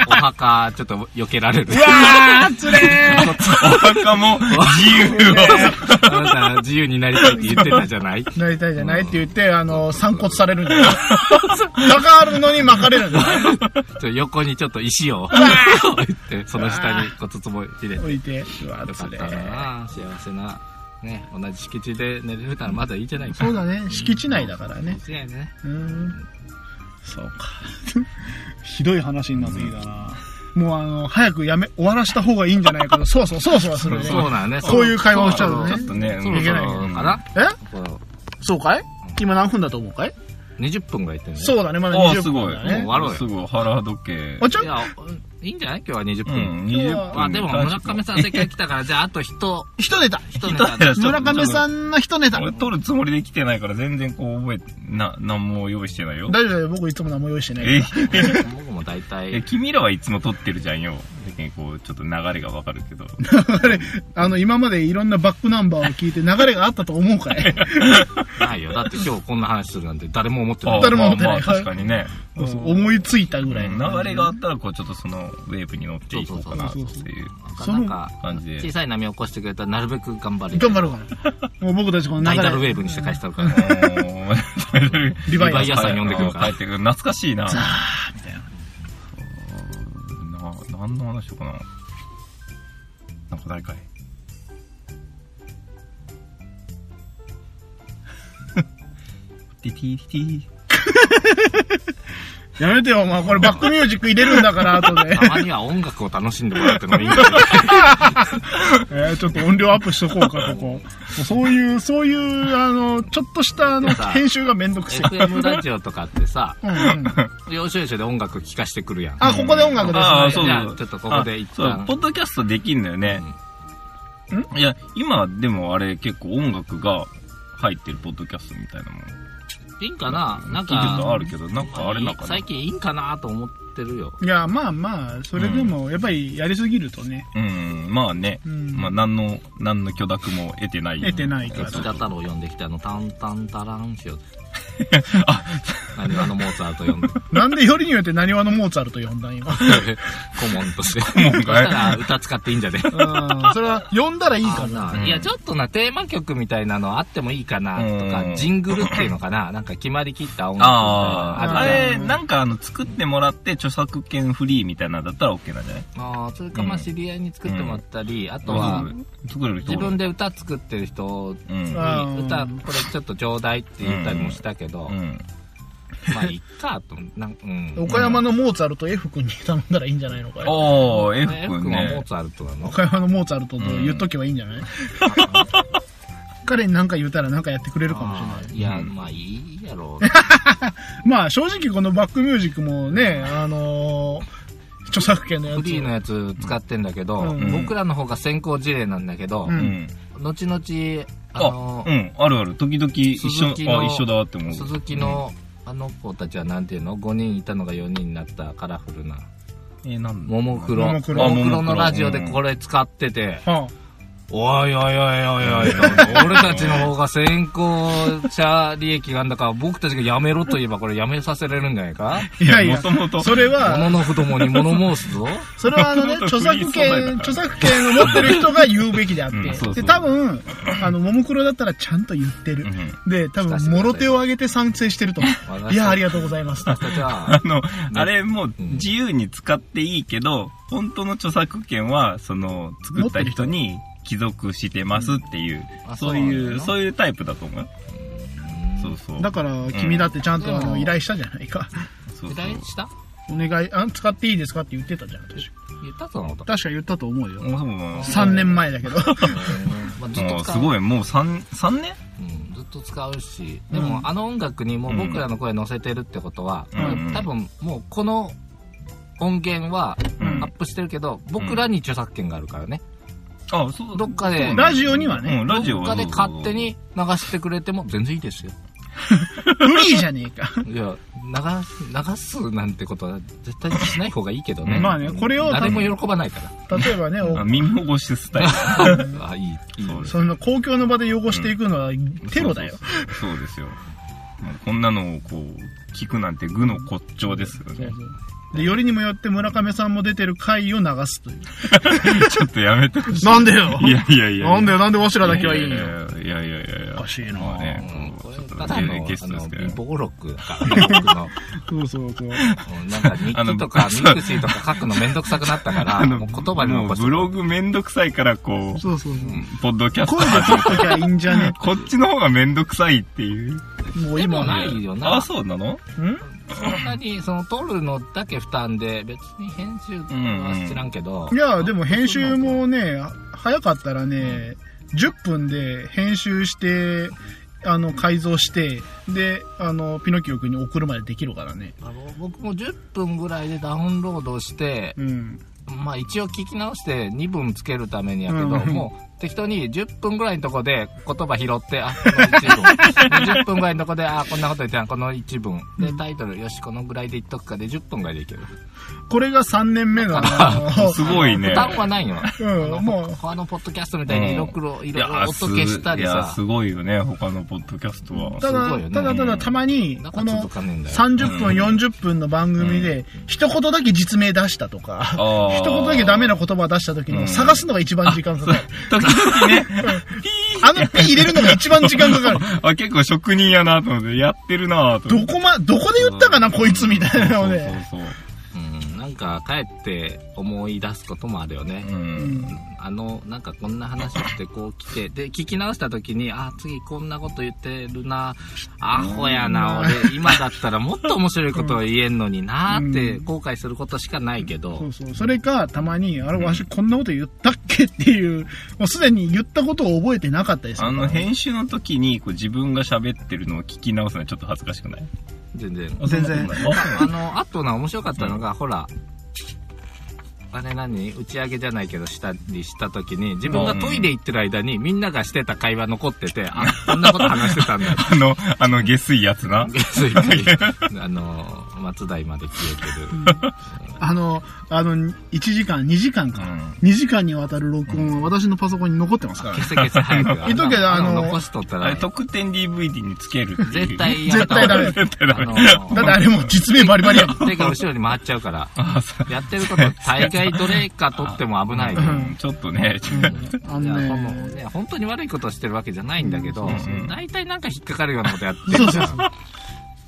Speaker 3: お墓ちょっと避けられる
Speaker 2: あー、つれー
Speaker 1: あ、お墓も自由を。
Speaker 3: あなた自由になりたいって言ってたじゃない
Speaker 2: なりたいじゃないって言って、あの、散骨されるんだよ。かかるのに巻かれるんだよ。
Speaker 3: ちょ横にちょっと石を置いてその下に骨つぼ入れて
Speaker 2: 置いて。うわ
Speaker 3: よか
Speaker 2: つ
Speaker 3: っ
Speaker 2: れ
Speaker 3: たな幸せなね同じ敷地で寝れるからまだいいじゃないか
Speaker 2: そうだね。敷地内だからね
Speaker 3: 敷。地内ね
Speaker 2: うん。そうか。ひどい話になってきたな。もうあの、早くやめ、終わらした方がいいんじゃないかと、そうそう、そうそうするね。
Speaker 3: そうなんね
Speaker 2: こういう会話をしちゃうのね
Speaker 1: ちょっとね、
Speaker 3: そう
Speaker 2: いけ
Speaker 3: そ
Speaker 2: な
Speaker 3: ろそろかな
Speaker 2: え
Speaker 3: この
Speaker 2: そうかい今何分だと思うかい
Speaker 3: 20分がいってるね
Speaker 2: そうだね、まだ
Speaker 1: ああ、す
Speaker 2: 20分
Speaker 1: ごい。
Speaker 2: だ
Speaker 3: もう
Speaker 2: ね
Speaker 3: 終。わろうよ
Speaker 1: すごい。腹時計。
Speaker 2: あ、ちょ
Speaker 3: いや、いいんじゃない今日は20
Speaker 1: う
Speaker 3: 分。
Speaker 1: ん、20分。
Speaker 3: まあでも、村上さんせっかく来たから、じゃああと人、
Speaker 2: 一ネタ。
Speaker 3: 一ネタ。
Speaker 1: ちょっ
Speaker 2: 村
Speaker 1: と
Speaker 2: 上さんの一ネタ。
Speaker 1: 俺
Speaker 2: 大
Speaker 1: 撮るつもりで来てないから全然こう覚えて、な、何も用意してないよ。
Speaker 2: 丈夫だよ、僕いつも何も用意してないから
Speaker 1: え、
Speaker 3: 僕も大
Speaker 1: え
Speaker 3: 体、
Speaker 1: 君らはいつも撮ってるじゃんよ。でこう、ちょっと流れがわかるけど。
Speaker 2: あの、今までいろんなバックナンバーを聞いて流れがあったと思うかい
Speaker 3: ないよ。だって今日こんな話するなんて誰も思ってな
Speaker 1: あ
Speaker 3: い。
Speaker 2: 誰も持ってない
Speaker 1: まあまあ確かにね。
Speaker 2: うん思いついたぐらいの感
Speaker 1: 流
Speaker 2: じ
Speaker 1: れがあったら、こう、ちょっとそのウェーブに乗っていこうかな、っていう
Speaker 2: そ
Speaker 3: な
Speaker 2: の
Speaker 3: んか、
Speaker 1: 感じで
Speaker 3: 小。さい波を起こしてくれたらなるべく頑張る。
Speaker 2: 頑張ろうかな。もう僕たちこの
Speaker 3: ナ
Speaker 2: 流
Speaker 3: イ
Speaker 2: れ。
Speaker 3: ダルウェーブにして返したるから。
Speaker 2: リヴァイアス
Speaker 3: リヴァイアスさん呼んでくるから
Speaker 1: 帰ってくる。懐かしいな。
Speaker 2: あーみたいな。
Speaker 1: な何の話しようかななんか誰 かいティティティテ
Speaker 2: やめてよ、お前。これバックミュージック入れるんだから、後で。
Speaker 3: たまには音楽を楽しんでもらってもいいんだよね。
Speaker 2: えーちょっと音量アップしとこうか、ここ。もうそういう、そういう、あの、ちょっとした、あの、
Speaker 3: さ
Speaker 2: 編集がめんどくせ
Speaker 3: FM ラジオとかってさ、
Speaker 2: え。うんうん。
Speaker 3: 要所要所で音楽聴かしてくるやん。
Speaker 2: あ、ここで音楽ですね。
Speaker 1: あーそうそう
Speaker 3: じゃあ、ちょっとここで一
Speaker 1: そう
Speaker 3: 旦
Speaker 1: ポ。ッドキャストできんのよね、いや今でもあれ結構音楽が入ってるポッドキャストみたいなもん
Speaker 3: いいんかななん
Speaker 1: 聞いてるとあ
Speaker 3: か、
Speaker 1: るけどなんかあれなんかな
Speaker 3: 最近いいんかなと思ってるよ。
Speaker 2: いや、まあまあ、それでも、やっぱりやりすぎるとね。
Speaker 1: うんまあね、
Speaker 2: うん
Speaker 1: まあ何の何の許諾も得てない
Speaker 2: 得てないから
Speaker 1: そう
Speaker 3: 北
Speaker 1: そう
Speaker 3: 太郎呼んできて、あの、タンタンタランしよう。
Speaker 1: あ
Speaker 3: 何わのモーツァルト 呼んで、
Speaker 2: なんでよりによって何話のモーツァルト呼んだん、今。 うん。
Speaker 3: 顧問として。
Speaker 1: 顧問かい
Speaker 3: そしたら歌使っていいんじゃね
Speaker 2: それは、呼んだらいいかな。
Speaker 3: あ
Speaker 1: うん
Speaker 3: いや、ちょっとな、テーマ曲みたいなのあってもいいかな、と
Speaker 1: う
Speaker 3: か、
Speaker 1: ん
Speaker 3: ジングルっていうの かな、なんか決まりきった音楽
Speaker 1: あ
Speaker 3: みたいな
Speaker 1: ー
Speaker 3: の
Speaker 1: あ
Speaker 3: るじゃん
Speaker 1: れなんかあの作ってもらって著作権フリーみたいなのだったら OK なんじゃない
Speaker 3: あー、それかまあ知り合いに作ってもらったり、あとは、
Speaker 1: 作れる人
Speaker 3: 自分で歌作ってる人に、
Speaker 1: うん
Speaker 2: うん
Speaker 3: 歌、これちょっとちょうだいって言ったりもしたけど、
Speaker 1: うん
Speaker 3: まあ、いっか、と思って、なんうん。
Speaker 2: 岡山のモーツァルト F 君に頼んだらいいんじゃないのかい
Speaker 1: おー F
Speaker 3: え
Speaker 1: 君
Speaker 3: 君はモ
Speaker 1: ね
Speaker 3: ーツァルトなの
Speaker 2: 岡山のモーツァルトと言っとけばいいんじゃ ない、彼に何か言ったら何かやってくれるかもしれない
Speaker 3: あーいや、
Speaker 1: うん
Speaker 3: まあいいやろう。
Speaker 2: まあ正直このバックミュージックもね、あのー著作権のや
Speaker 3: フリーの
Speaker 2: つ。
Speaker 3: やつ使ってんだけど、
Speaker 2: うん
Speaker 3: 僕らの方が先行事例なんだけど、
Speaker 2: う
Speaker 1: うんん
Speaker 3: 後々、あ
Speaker 1: あ
Speaker 3: の、
Speaker 1: うんあるある時々一緒
Speaker 3: 鈴木の
Speaker 1: あ一緒だって思う
Speaker 3: 鈴木の、あの子たちはなんていうの ?5 人いたのが4人になったカラフルな。
Speaker 1: えーなんだ
Speaker 3: ももクロ。
Speaker 2: もも
Speaker 3: もも
Speaker 2: ク
Speaker 3: ク
Speaker 2: ロ
Speaker 3: ロのラジオでこれ使ってて、
Speaker 2: は
Speaker 3: おいおいおいおいおいと、俺たちの方が先行者利益があんだから、僕たちがやめろと言えばこれやめさせれるんじゃないか
Speaker 2: あ、いやいや
Speaker 1: も、ともと
Speaker 2: それ
Speaker 3: も
Speaker 2: は、
Speaker 3: のの不もに物申すぞ。
Speaker 2: それはあのね、
Speaker 1: 元
Speaker 2: 著
Speaker 1: 々フリー
Speaker 2: 作
Speaker 1: 素材だから
Speaker 2: 権、著作権を持ってる人が言うべきであって。
Speaker 1: うんそうそう
Speaker 2: で、多分、あの、ももクロだったらちゃんと言ってる。
Speaker 1: う
Speaker 2: で、多分、もろ手を挙げて賛成してると思う。
Speaker 3: 私
Speaker 2: いや、ありがとうございます。
Speaker 3: 私たちは
Speaker 1: あ、のあれもう自由に使っていいけど本当の著作権はその作った人に帰属してますっていう
Speaker 3: うんあ
Speaker 1: そうい
Speaker 3: そう
Speaker 1: う
Speaker 3: なの
Speaker 1: そういうタイプだと思うそうそう
Speaker 2: だから、君だってちゃんとあ
Speaker 3: で
Speaker 2: の
Speaker 3: も
Speaker 2: 依頼したじゃないか。
Speaker 1: そう
Speaker 3: 依
Speaker 1: そう
Speaker 3: 頼した
Speaker 2: お願い、あ使っていいですかって言ってたじゃん、確か。
Speaker 3: 言ったそのこと。
Speaker 2: 確か言ったと思うよ。
Speaker 1: もうもう
Speaker 2: 3年前だけど。
Speaker 3: まあ、ずっ
Speaker 1: も
Speaker 3: と
Speaker 1: う
Speaker 3: 使
Speaker 1: す
Speaker 3: う
Speaker 1: ごいもう 3, 三年
Speaker 3: うん、ずっと使うし、
Speaker 2: うん
Speaker 3: でもあの音楽にもう僕らの声乗せてるってことは、
Speaker 1: うん
Speaker 3: まあ多分もうこの音源は
Speaker 1: うんうん
Speaker 3: アップしてるけど、僕らに著作権があるからね。
Speaker 1: あ、そう。
Speaker 3: どっかで
Speaker 1: そう
Speaker 2: ラジオにはね、
Speaker 1: うん、ラジオ
Speaker 3: ど
Speaker 1: はそう
Speaker 3: っか
Speaker 1: そう
Speaker 3: で
Speaker 1: そう
Speaker 3: 勝手に流してくれても全然いいですよ。
Speaker 2: フリーじゃねえか。
Speaker 3: いや、流す、流すなんてことは絶対にしない方がいいけどね。
Speaker 2: まあね、これを、
Speaker 3: 誰も喜ばないから。
Speaker 2: 例えばね、
Speaker 1: あ
Speaker 2: お
Speaker 1: 耳汚しスタイル。
Speaker 3: あ、いい、いい。
Speaker 2: その公共の場で汚していくのはテロだよ。
Speaker 1: そうそうそう。そうですよ。もうこんなのをこう、聞くなんて愚の骨頂ですよね。
Speaker 2: で、よりにもよって村上さんも出てる回を流すという。
Speaker 1: ちょっとや めてほし
Speaker 2: なんでよ
Speaker 1: い。いやいやいや。
Speaker 2: なんだ
Speaker 1: よ、
Speaker 2: よ、なんでわしらだけはいい
Speaker 1: い
Speaker 2: ん
Speaker 1: や
Speaker 2: よ。
Speaker 1: いやいやいやいや。
Speaker 2: おかしいな
Speaker 1: まあ
Speaker 3: うん
Speaker 1: ね、
Speaker 3: こ
Speaker 1: こう
Speaker 3: れ
Speaker 1: ちょっと
Speaker 3: ただの、あ
Speaker 1: ゲ
Speaker 3: の、貧
Speaker 1: ストですけどね。
Speaker 3: 乏ロックだから、僕の。
Speaker 2: そうそうそう。
Speaker 3: うんなんか日記とか
Speaker 1: あの
Speaker 3: ミックスとか書くのめんどくさくなったから、もう言葉に
Speaker 1: も
Speaker 3: 残
Speaker 1: う
Speaker 3: して。
Speaker 1: ブログめんどくさいから、こう、
Speaker 2: そうそう そう。
Speaker 1: ポッドキャスト
Speaker 2: 声で撮っときゃいいんじゃね
Speaker 1: こっちの方がめんどくさいっていう。
Speaker 2: もう
Speaker 3: でも
Speaker 2: 今
Speaker 3: な
Speaker 2: ね。
Speaker 3: いよな。
Speaker 1: あ、
Speaker 3: そ
Speaker 1: そうなの
Speaker 2: ん
Speaker 3: んなに、その、撮るのだけ負担で、別に編集は知らんけど。
Speaker 2: いや、でも編集もね、早かったらね、10分で編集して、あの、改造して、で、あの、ピノキオ君に送るまでできるからね。
Speaker 3: あの僕も10分ぐらいでダウンロードして、
Speaker 2: うん。
Speaker 3: まあ一応聞き直して2分つけるためにやけど、
Speaker 2: うん
Speaker 3: もう適当に10分ぐらいのとこで言葉拾って、あ、この1文。10分ぐら いのとこで、あ、こんなこと言ってん、この1文。で、タイトル、よし、このぐらいで言っとくかで10分ぐらいでいける。
Speaker 2: これが3年目 の、あの
Speaker 1: すごいね
Speaker 3: 負。担はないよ。
Speaker 2: うん、もう、
Speaker 3: 他のポッドキャストみたいに色黒、
Speaker 1: い
Speaker 3: 色
Speaker 1: や
Speaker 3: 々音消したり
Speaker 1: いや、
Speaker 3: さ。
Speaker 1: すごいよね、他のポッドキャストは。
Speaker 2: た
Speaker 3: すごいよ
Speaker 2: だ、
Speaker 3: ね
Speaker 2: ただただたまに
Speaker 3: な、ん
Speaker 2: こ
Speaker 3: かちょっ
Speaker 2: の
Speaker 3: と、かねえんだよ。
Speaker 2: 30分、40分の番組で、一言だけ実名出したとか、
Speaker 1: あー
Speaker 2: 一言だけダメな言葉出した時
Speaker 1: う
Speaker 2: の
Speaker 1: ん
Speaker 2: 探すのが一番時間かかる。
Speaker 1: 時々ね、
Speaker 2: あのピー入れるのが一番時間かかる。
Speaker 1: あ、結構職人やなと思って、やってるなと思っ
Speaker 2: ど
Speaker 1: て。
Speaker 2: こま、どこで言ったかな、こいつみたいなの
Speaker 1: そう
Speaker 2: ね。
Speaker 1: そうそう
Speaker 3: うん、なんか、かえって思い出すこともあるよね。
Speaker 1: そう。う。
Speaker 2: うんん
Speaker 3: あの、なんかこんな話してこう来て、で、聞き直した時に、あ、次こんなこと言ってるな、アホやな、俺、今だったらもっと面白いことを言えんのになーって
Speaker 2: うん
Speaker 3: 後悔することしかないけ
Speaker 2: そ
Speaker 3: ど
Speaker 2: う、そう。それか、たまに、あれ、わしこんなこと言ったっけっていう、もうすでに言ったことを覚えてなかったりする
Speaker 1: あ
Speaker 2: から。
Speaker 1: の、編集の時に、こう自分が喋ってるのを聞き直すのはちょっと恥ずかしくない
Speaker 3: 全然。
Speaker 2: 全然
Speaker 1: あそうなんだ
Speaker 3: あの、あとな、面白かったのが、ほら、あれ何打ち上げじゃないけどしたりした時に、自分がトイレ行ってる間にみんながしてた会話残ってて、あ、こんなこと話してたんだって
Speaker 1: あの、あの、下水やつな。
Speaker 3: ついにあの、松代まで消えてる。
Speaker 2: あの、あの、1時間、2時間
Speaker 1: う
Speaker 2: か。
Speaker 1: ん。
Speaker 2: 2時間にわたる録音は私のパソコンに残ってますから
Speaker 3: 消。せ消せ早く。
Speaker 2: 言っとくけどあの
Speaker 3: んな残しとった
Speaker 1: あれ、
Speaker 3: ら、
Speaker 1: 特典 DVD につけるっていう
Speaker 3: 絶。対や
Speaker 2: 絶対ダメ。 だ
Speaker 1: 絶対ダメ。
Speaker 2: ってあれもう実名バリバリ やもん。
Speaker 3: 手が後ろに回っちゃうから、
Speaker 1: あ、そう
Speaker 3: やってること大概どれか取っても危ないよ。
Speaker 1: うんちょっとね、ちょっと
Speaker 2: あ
Speaker 3: いや
Speaker 2: の
Speaker 3: その
Speaker 2: ね。
Speaker 3: ね本当に悪いことしてるわけじゃないんだけど
Speaker 1: うんそうそう、
Speaker 3: 大体なんか引っかかるようなことやって
Speaker 2: そうそうそう。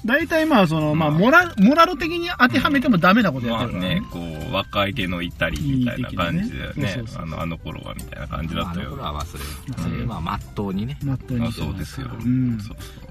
Speaker 2: 大体まあ、その、まあ、モラ、モラル的に当てはめてもダメなことやっ
Speaker 1: ま
Speaker 2: て
Speaker 1: あ
Speaker 2: るからね
Speaker 1: ね。、こう、若い芸のいたりみたいな感じだよ
Speaker 2: いい
Speaker 1: ね
Speaker 2: 的なねそうそう。そう
Speaker 1: あの、あの頃はみたいな感じだ
Speaker 3: まああ
Speaker 1: った
Speaker 3: の
Speaker 1: よ
Speaker 3: 頃。は忘れる。今はまっとうにね。
Speaker 2: まっとう
Speaker 1: あ
Speaker 2: に。
Speaker 1: そうですよ。
Speaker 2: ん
Speaker 1: そうそ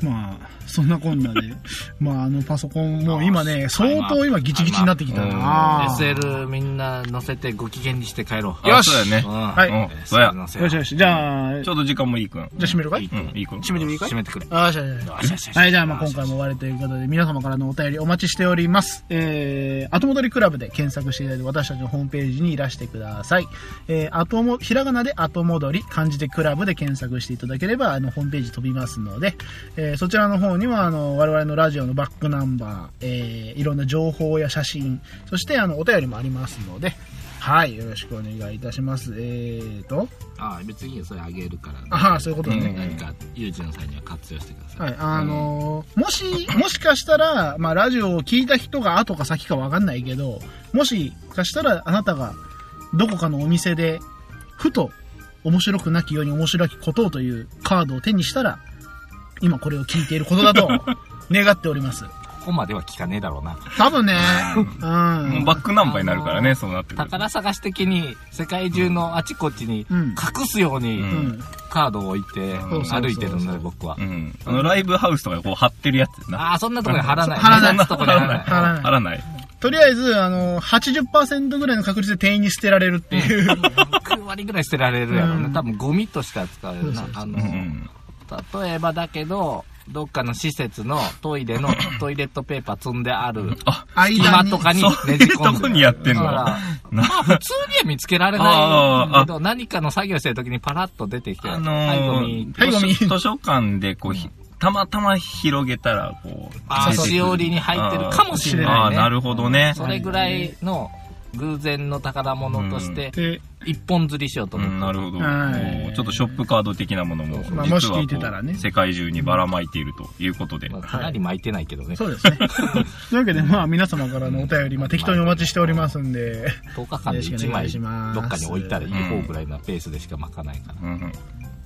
Speaker 2: まあ、そんなこんなで。 まあ、あのパソコンも今ね、相当今ギチギチになってきたな。
Speaker 3: SL みんな乗せてご機嫌にして帰ろ
Speaker 1: う。
Speaker 3: う。
Speaker 1: よしそうやね。
Speaker 3: は
Speaker 2: はい
Speaker 1: うんそうや。
Speaker 2: よしよし。じゃあ、
Speaker 1: ち
Speaker 2: じ
Speaker 1: ょ
Speaker 2: ゃ
Speaker 1: うど時間もいいくん。
Speaker 2: あ閉めるかい
Speaker 1: うん、いいくん。
Speaker 3: 閉めてもいいかい閉めてくれ。
Speaker 2: あしゃしゃ
Speaker 3: よしよしよし
Speaker 2: はい、じゃあ、まあ今回も終わりということで、皆様からのお便りお待ちしております。えー、後戻りクラブで検索していただいて、私たちのホームページにいらしてください。えー、後も、ひらがなで後戻り、漢字でクラブで検索していただければ、あの、ホームページ飛びますので、えー、そちらの方には、あの、我々のラジオのバックナンバー、えー、いろんな情報や写真、そして、あの、お便りもありますので、はい、よろしくお願いいたします。えーと、
Speaker 3: ああ、別にそれあげるからね。
Speaker 2: ああ、そういうことね。
Speaker 3: 何か、ユージの際には活用してください。
Speaker 2: はい、あのーもし、もしかしたら、まあ、ラジオを聞いた人が後か先かわかんないけど、もしかしたら、あなたが、どこかのお店で、ふと、面白くなきように面白きことをというカードを手にしたら、今これを聞いていることだと、願っております。
Speaker 3: ここまでは聞かねえだろうな。
Speaker 2: 多分ね、う。
Speaker 1: もうんバックナンバーになるからね、そうなってくると。
Speaker 3: 宝探し的に、世界中のあちこちに、
Speaker 2: うん
Speaker 3: 隠すように
Speaker 1: う
Speaker 2: うんん。
Speaker 3: カードを置いて、
Speaker 2: そうそうそう
Speaker 3: 歩いてるので、僕は
Speaker 1: う。ん。あの、ライブハウスとかでこう貼ってるやつな。
Speaker 3: ああ、そんなとこに貼らない。
Speaker 2: 貼らない
Speaker 3: そんなとこに貼らない。
Speaker 2: 貼らない
Speaker 1: 貼らない。
Speaker 2: とりあえず、あのー、80%ぐらいの確率で店員に捨てられるっていう。
Speaker 3: 9割ぐらい捨てられるやろう
Speaker 2: う
Speaker 3: ね。
Speaker 2: ん
Speaker 3: 多分ゴミとして扱われる
Speaker 2: そ
Speaker 3: な
Speaker 2: う。そうそう
Speaker 3: あ
Speaker 1: う
Speaker 3: の、
Speaker 1: ん。
Speaker 3: 例えばだけど、どっかの施設のトイレのトイレットペーパー積んである
Speaker 2: 間
Speaker 3: 今
Speaker 2: に
Speaker 3: とかに
Speaker 1: そうい
Speaker 3: ね
Speaker 1: う
Speaker 3: じ込
Speaker 1: と
Speaker 3: んで
Speaker 1: こにやってん
Speaker 3: だ
Speaker 1: の。
Speaker 3: から
Speaker 1: あ、
Speaker 3: まあ普通には見つけられない
Speaker 1: あー
Speaker 3: けど、何かの作業してる時にパラッと出てきて、
Speaker 1: の
Speaker 3: はい
Speaker 1: ー
Speaker 3: ゴミ
Speaker 2: はいゴミ
Speaker 1: 図書図書館でこうひ、たまたま広げたら、こう、出
Speaker 3: あー
Speaker 1: てくる
Speaker 3: しおりに入ってるかもしれ
Speaker 1: あ
Speaker 3: な
Speaker 1: あ、
Speaker 3: い、ね。
Speaker 1: なるほどね。
Speaker 3: それぐらいの偶然の宝物として、
Speaker 2: で、
Speaker 3: 一本釣りしようと
Speaker 1: う
Speaker 3: 思
Speaker 1: ん、な
Speaker 3: った。
Speaker 1: るほど、
Speaker 2: はい
Speaker 1: こうちょっとショップカード的なものも、
Speaker 2: まあもし
Speaker 1: 実はこう
Speaker 2: 聞いてたらね
Speaker 1: 世界中にばらまいているということで、
Speaker 3: まあかなり巻いてないけどね。
Speaker 2: そうですね。 というわけで、まあ、皆様からのお便り、まあ、適当にお待ちしておりますんで、
Speaker 3: 10日間で1
Speaker 2: よろしく
Speaker 3: 枚
Speaker 2: お願いします
Speaker 3: どっかに置いたらいい方ぐらいなペースでしか巻かないから。
Speaker 1: うんうんは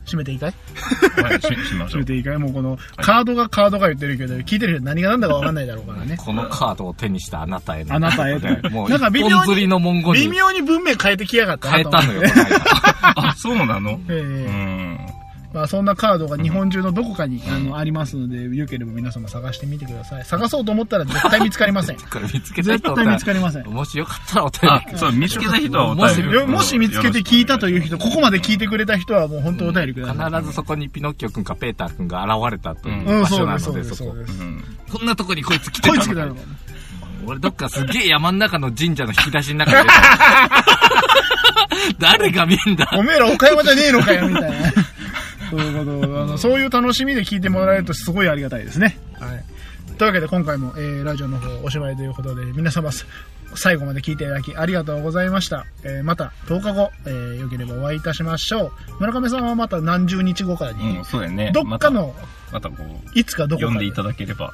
Speaker 2: 締めていいかい
Speaker 1: いししましょ
Speaker 2: 締
Speaker 1: う
Speaker 2: めていいかいもうこの、カードがカードが言ってるけど、聞いてる人何が何だか分かんないだろうからね。
Speaker 3: このカードを手にしたあなたへの。
Speaker 2: あなたへと
Speaker 3: もう
Speaker 2: なんか微
Speaker 3: 一
Speaker 2: 妙に
Speaker 3: 本釣りの文言
Speaker 2: 微
Speaker 3: に
Speaker 2: 妙に文明変えてきやがったな
Speaker 3: 変え
Speaker 2: と
Speaker 3: たのよ、この間
Speaker 1: あそうなの
Speaker 2: ええ
Speaker 1: うん
Speaker 2: まあ、そんなカードが日本中のどこかに、あのありますので、よければ皆様探してみてください。探そうと思ったら絶対見つかりません。
Speaker 3: これ見つけた
Speaker 2: 絶
Speaker 3: 人お
Speaker 2: 対見つかりません
Speaker 3: 便り。もしよかったらお便り
Speaker 1: あそう見つけた人はお便り
Speaker 2: よもし見つけて聞いたという人、ここまで聞いてくれた人はもう本当お便りください。
Speaker 3: 必ずそこにピノッキオ君かペーター君が現れたという
Speaker 1: ず
Speaker 2: うん、
Speaker 3: 場
Speaker 2: そ
Speaker 3: 所
Speaker 2: う
Speaker 3: な
Speaker 2: です、そう
Speaker 3: の
Speaker 2: で、
Speaker 3: です
Speaker 2: そ
Speaker 3: そこ
Speaker 2: うです。
Speaker 1: うん
Speaker 3: こんなとこにこいつ来て
Speaker 2: こ
Speaker 3: た
Speaker 2: いつ
Speaker 3: の
Speaker 2: 来たの
Speaker 3: 俺どっかすげえ山ん中の神社の引き出しの中 で誰が見んだ
Speaker 2: おめえら岡山じゃねえのかよ、みたい な。そういうことあの、そういう楽しみで聞いてもらえるとすごいありがたいですね。はい。というわけで今回も、えーラジオの方おしまいということで、皆様す最後まで聞いていただきありがとうございました。えーまた10日後、えーよければお会いいたしましょう。村上さんはまた何十日後からに、
Speaker 1: うん、そうだよね
Speaker 2: どっかの、
Speaker 1: またまたこう
Speaker 2: いつかどこ
Speaker 1: 読ん
Speaker 2: か
Speaker 1: で
Speaker 2: で
Speaker 1: いただければ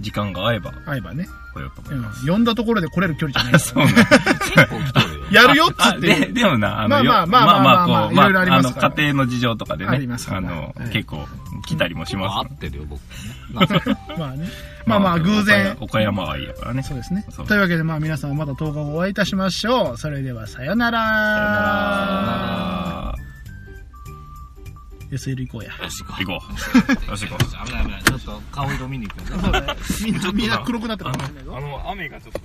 Speaker 1: 時間が合えば
Speaker 2: 会えばね、
Speaker 1: 来ようと思
Speaker 2: う
Speaker 1: い
Speaker 2: ん
Speaker 1: ます、、
Speaker 2: 呼んだところで来れる距離じゃない から、
Speaker 1: そうね
Speaker 3: 結構来てるよ
Speaker 2: やるよっつ
Speaker 1: あ
Speaker 2: って
Speaker 1: で
Speaker 2: いう。
Speaker 1: でもな、あの、
Speaker 2: まあ
Speaker 1: よ
Speaker 2: まあまあまあまあ
Speaker 1: こう
Speaker 2: いろいろありますから
Speaker 1: の、家庭の事情とかでね、
Speaker 2: ありますから
Speaker 1: の
Speaker 2: はい、
Speaker 1: 結構来たりもし
Speaker 3: 合
Speaker 1: ま
Speaker 3: ってるよ僕なんか
Speaker 2: まあね。まあまあ偶然。
Speaker 1: 岡山岡山愛やからね。
Speaker 2: そうですね
Speaker 1: そ。う
Speaker 2: というわけで、まあ皆さんまた10日後お会いいたしましょう。それでは、さよなら。
Speaker 1: あ
Speaker 2: SL 行こうや。
Speaker 3: よし行
Speaker 1: ー行こ
Speaker 3: こ
Speaker 1: う。よし行こう。
Speaker 3: う危ない危ないちょっと顔色見に行くよ
Speaker 2: みんな、みんな黒くなってるかもしれないぞ。
Speaker 1: あの、雨がちょっと。